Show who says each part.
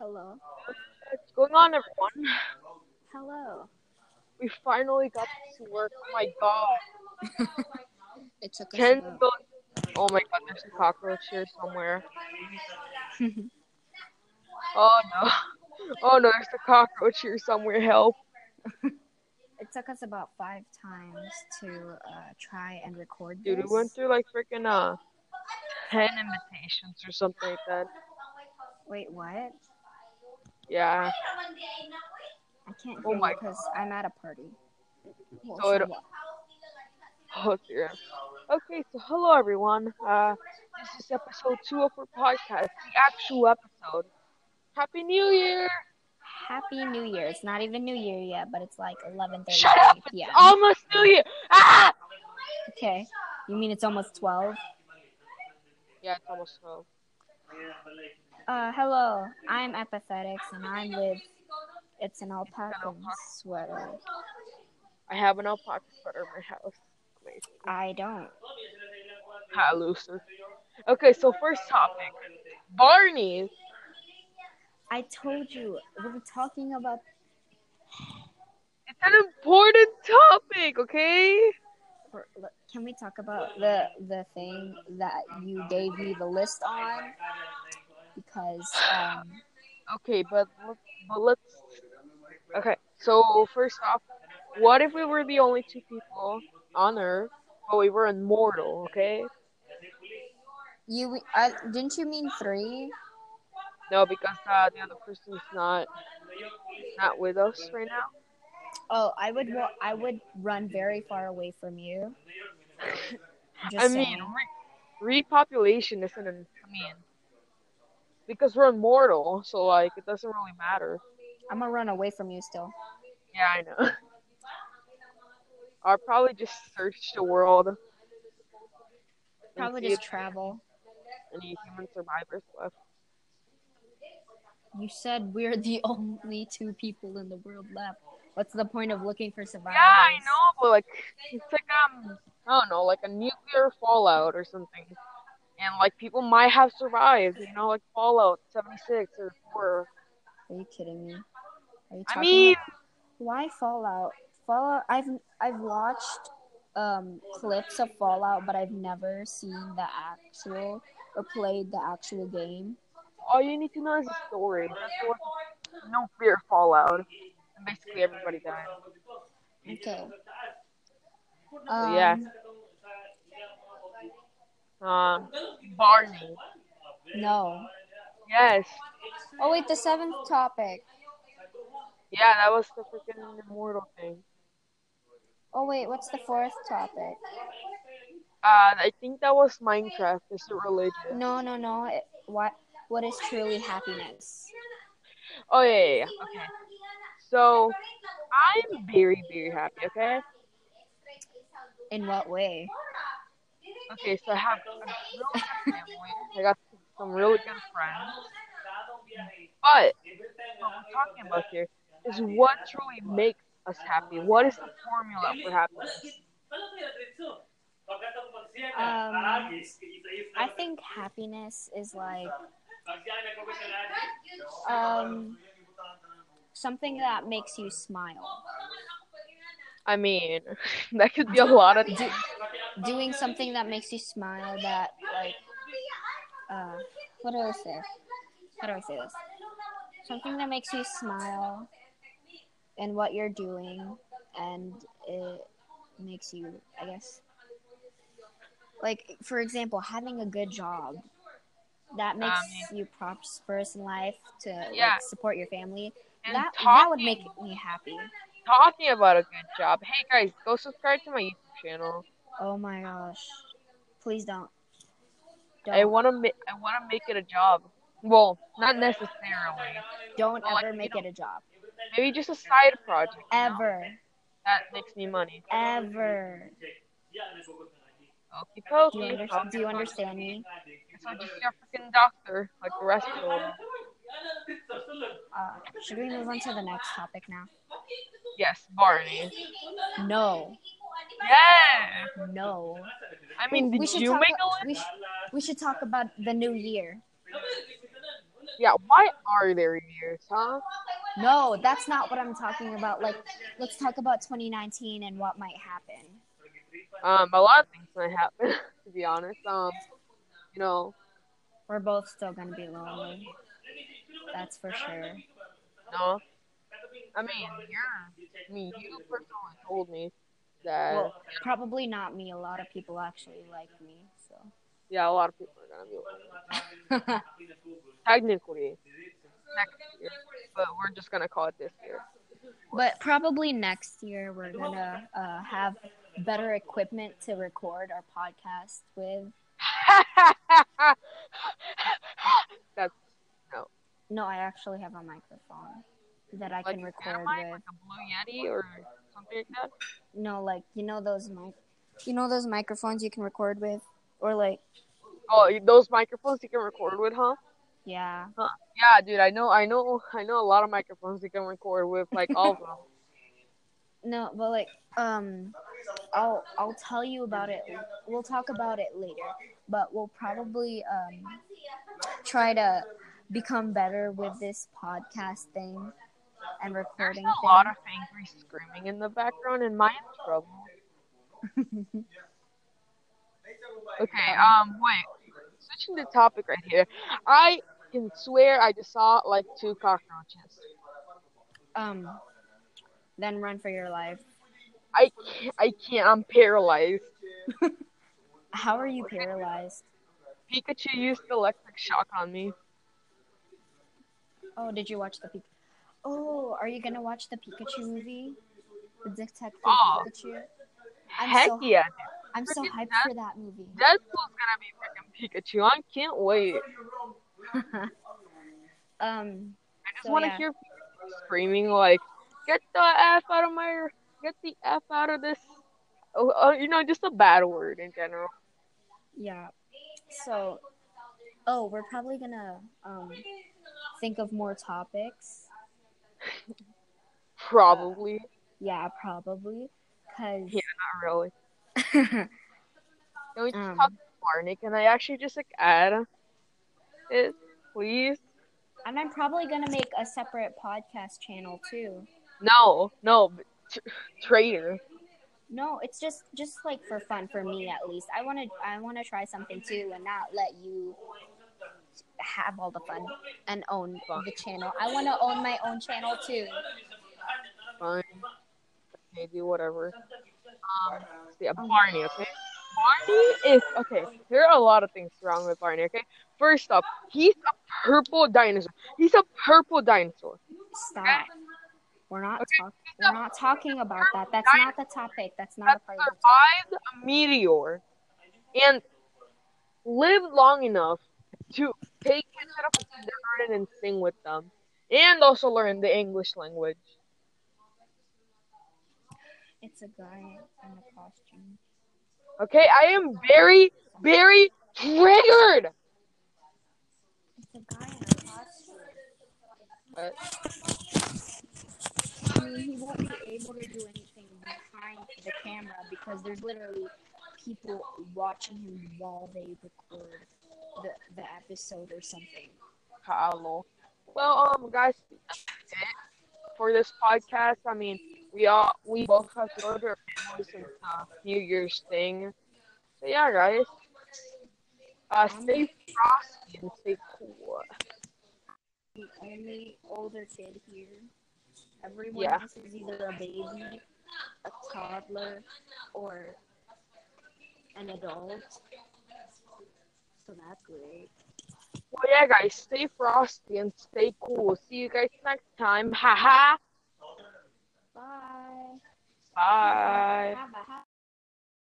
Speaker 1: Hello.
Speaker 2: What's going on, everyone?
Speaker 1: Hello.
Speaker 2: We finally got to work. Oh my god.
Speaker 1: It took us.
Speaker 2: Ten
Speaker 1: about-
Speaker 2: million. Oh my god, there's a cockroach here somewhere. Oh no. Oh no, there's a cockroach here somewhere. Help.
Speaker 1: it took us about five times to uh, try and record
Speaker 2: Dude, we
Speaker 1: this.
Speaker 2: went through like freaking uh, 10 invitations or something like that.
Speaker 1: Wait, what?
Speaker 2: Yeah.
Speaker 1: I can't
Speaker 2: Oh
Speaker 1: hear
Speaker 2: my
Speaker 1: you because I'm at a party. Well,
Speaker 2: So it-
Speaker 1: somewhat.
Speaker 2: Oh dear. Okay, so hello everyone. Uh, this is episode two of our podcast, the actual episode. Happy New Year!
Speaker 1: Happy New Year. It's not even New Year yet, but it's like 11:30
Speaker 2: Shut up! Oh!
Speaker 1: p.m.
Speaker 2: Almost New Year! Ah!
Speaker 1: Okay. You mean it's almost 12?
Speaker 2: Yeah, it's almost twelve.
Speaker 1: Uh, hello. I'm Apathetics, and I'm with. It's an alpaca
Speaker 2: alpaca.
Speaker 1: sweater.
Speaker 2: I have an alpaca sweater in my house. Amazing.
Speaker 1: I don't.
Speaker 2: Hi, Lucy. Okay, so first topic, Barney's.
Speaker 1: I told you we were talking about.
Speaker 2: It's an important topic, okay?
Speaker 1: for- look, Can we talk about the the thing that you gave me the list on? Because um,
Speaker 2: Okay, but let's, but let's. Okay, so first off, what if we were the only two people on Earth, but we were immortal? Okay,
Speaker 1: you I, didn't you mean three?
Speaker 2: no, because uh, the other person's not not with us right now.
Speaker 1: Oh, I would wa- I would run very far away from you. Just
Speaker 2: I mean,
Speaker 1: saying.
Speaker 2: re- repopulation isn't. An, I mean, because we're immortal, so like it doesn't really matter.
Speaker 1: I'm gonna run away from you still.
Speaker 2: Yeah, I know. I'll probably just search the world. and
Speaker 1: Probably
Speaker 2: see if
Speaker 1: just travel.
Speaker 2: any human survivors left.
Speaker 1: You said we're the only two people in the world left. What's the point of looking for survivors?
Speaker 2: Yeah, I know, but like it's like um I don't know, like a nuclear fallout or something. And like people might have survived, you know, like Fallout seventy six or four.
Speaker 1: Are you kidding me? Are you
Speaker 2: I
Speaker 1: talking
Speaker 2: mean
Speaker 1: about- why Fallout? Fallout. I've I've watched um clips of Fallout, but I've never seen the actual or played the actual game.
Speaker 2: all you need to know is the story. That's what nuclear fallout. And basically everybody died.
Speaker 1: Okay.
Speaker 2: So, yeah.
Speaker 1: Um,
Speaker 2: Um Barney.
Speaker 1: No.
Speaker 2: Yes.
Speaker 1: Oh wait, the seventh topic.
Speaker 2: Yeah, that was the freaking immortal thing.
Speaker 1: Oh wait, what's the fourth topic?
Speaker 2: Uh I think that was Minecraft, is a religion.
Speaker 1: No, no, no. It, what what is truly happiness?
Speaker 2: Oh yeah, yeah, yeah. Okay. So I'm very, very happy. Okay.
Speaker 1: In what way?
Speaker 2: Okay. So I have a really good family. I got some really good friends. But what we're talking about here is what truly makes us happy. What is the formula for happiness?
Speaker 1: Um, I think happiness is like
Speaker 3: Um,
Speaker 1: something that makes you smile.
Speaker 2: I mean, that could be a lot of things.
Speaker 1: Doing something that makes you smile that like uh what do I say? How do I say this? Something that makes you smile in what you're doing and it makes you I guess like for example, having a good job that makes you prosperous in life to like,
Speaker 2: Um, Yeah.
Speaker 1: support your family.
Speaker 2: And
Speaker 1: that that would
Speaker 2: talking,
Speaker 1: make me happy.
Speaker 2: talking about a good job. Hey guys, go subscribe to my YouTube channel.
Speaker 1: Oh my gosh. Please don't. Don't,
Speaker 2: I wanna make I wanna make it a job. Well, not necessarily.
Speaker 1: don't
Speaker 2: well, like,
Speaker 1: ever
Speaker 2: you
Speaker 1: make
Speaker 2: don't-
Speaker 1: it a job.
Speaker 2: Maybe just a side project. you know?
Speaker 1: Ever.
Speaker 2: That makes me money.
Speaker 1: Ever.
Speaker 2: Okie
Speaker 1: Do you,
Speaker 2: dokie.
Speaker 1: under- do you understand me?
Speaker 2: So just your freaking doctor, like the rest of them.
Speaker 1: Uh, should we move on to the next topic now?
Speaker 2: Yes, Barney.
Speaker 1: No.
Speaker 2: Yeah.
Speaker 1: No.
Speaker 2: I mean,
Speaker 1: We
Speaker 2: did
Speaker 1: should
Speaker 2: you
Speaker 1: talk
Speaker 2: make
Speaker 1: about-
Speaker 2: a list?
Speaker 1: We should talk about the new year.
Speaker 2: Yeah, why are there years, huh?
Speaker 1: No, that's not what I'm talking about. Like, let's talk about 2019 and what might happen.
Speaker 2: Um, a lot of things might happen, to be honest. Um, you know,
Speaker 1: We're both still gonna be lonely. That's for sure.
Speaker 2: no. I mean, you're, I mean, you personally told me that,
Speaker 1: Well, probably not me. A lot of people actually like me. So,
Speaker 2: yeah, a lot of people are gonna be lonely. Technically, next year, but we're just gonna call it this year.
Speaker 1: but probably next year we're gonna uh, have better equipment to record our podcast with.
Speaker 2: That's
Speaker 1: No, I actually have a microphone that I
Speaker 2: like
Speaker 1: can
Speaker 2: an
Speaker 1: record
Speaker 2: animal,
Speaker 1: with.
Speaker 2: like a blue yeti or something like that.
Speaker 1: No, like you know those mic, you know those microphones you can record with, or like
Speaker 2: Oh, those microphones you can record with, huh?
Speaker 1: yeah.
Speaker 2: Yeah, dude, I know, I know, I know a lot of microphones you can record with, like all of them.
Speaker 1: No, but like um I'll I'll tell you about it. We'll talk about it later, but we'll probably um try to become better with this podcast thing and
Speaker 2: There's
Speaker 1: recording
Speaker 2: a
Speaker 1: thing.
Speaker 2: lot of angry screaming in the background, and mine's trouble. Okay, um, wait. Switching the topic right here. I can swear I just saw like two cockroaches.
Speaker 1: um then run for your life.
Speaker 2: I can't, I can't. I'm paralyzed.
Speaker 1: How are you paralyzed?
Speaker 2: Pikachu used the electric shock on me.
Speaker 1: Oh, did you watch the Pikachu? Oh, are you gonna watch the Pikachu movie? The Detective
Speaker 2: Oh.
Speaker 1: Pikachu. I'm
Speaker 2: Heck
Speaker 1: so-
Speaker 2: yeah,
Speaker 1: I'm so
Speaker 2: Freaking
Speaker 1: hyped for that movie.
Speaker 2: Deadpool's gonna be freaking Pikachu. I can't wait. I
Speaker 1: um,
Speaker 2: just
Speaker 1: So,
Speaker 2: want to
Speaker 1: yeah.
Speaker 2: hear Pikachu screaming like, "Get the f out of my, get the f out of this." Oh, oh, you know, just a bad word in general.
Speaker 1: Yeah. So, oh, we're probably gonna um, think of more topics.
Speaker 2: Probably
Speaker 1: Yeah, probably. Cause
Speaker 2: Yeah. not really. Can we just
Speaker 1: Um.
Speaker 2: talk more, Nick? Can I actually just like add it, please?
Speaker 1: and I'm probably gonna make a separate podcast channel too.
Speaker 2: No, no, but t- traitor.
Speaker 1: No, it's just just like for fun for me at least. I wanna I wanna try something too and not let you have all the fun and own the channel. I wanna own my own channel too.
Speaker 2: Fine. Okay, do whatever. Um, let's see, uh,
Speaker 1: Oh.
Speaker 2: Barney, okay? Barney is okay. There are a lot of things wrong with Barney, okay? First up, he's a purple dinosaur. He's a purple dinosaur.
Speaker 1: Stop. We're not talking. We're not talking about that. That's not the topic. That's not
Speaker 2: That
Speaker 1: a part of the topic.
Speaker 2: survived a meteor and lived long enough to take kids out of the garden and sing with them, and also learn the English language.
Speaker 1: It's a guy in a costume.
Speaker 2: Okay, I am very, very triggered.
Speaker 1: It's a guy in a costume.
Speaker 2: What?
Speaker 1: I mean, he won't be able to do anything behind the camera because there's literally people watching him while they record the, the episode or something.
Speaker 2: Hello. Well, um, guys, that's it for this podcast. I mean, we all we both have to go to our families and uh, New Year's thing. So yeah, guys, uh, stay frosty and stay cool.
Speaker 1: The only older kid here. Everyone
Speaker 2: Yeah.
Speaker 1: else is either a baby, a toddler, or an adult. So that's great.
Speaker 2: Well, yeah, guys, stay frosty and stay cool. See you guys next time. Haha.
Speaker 1: Bye.
Speaker 2: Bye.
Speaker 1: Have a happy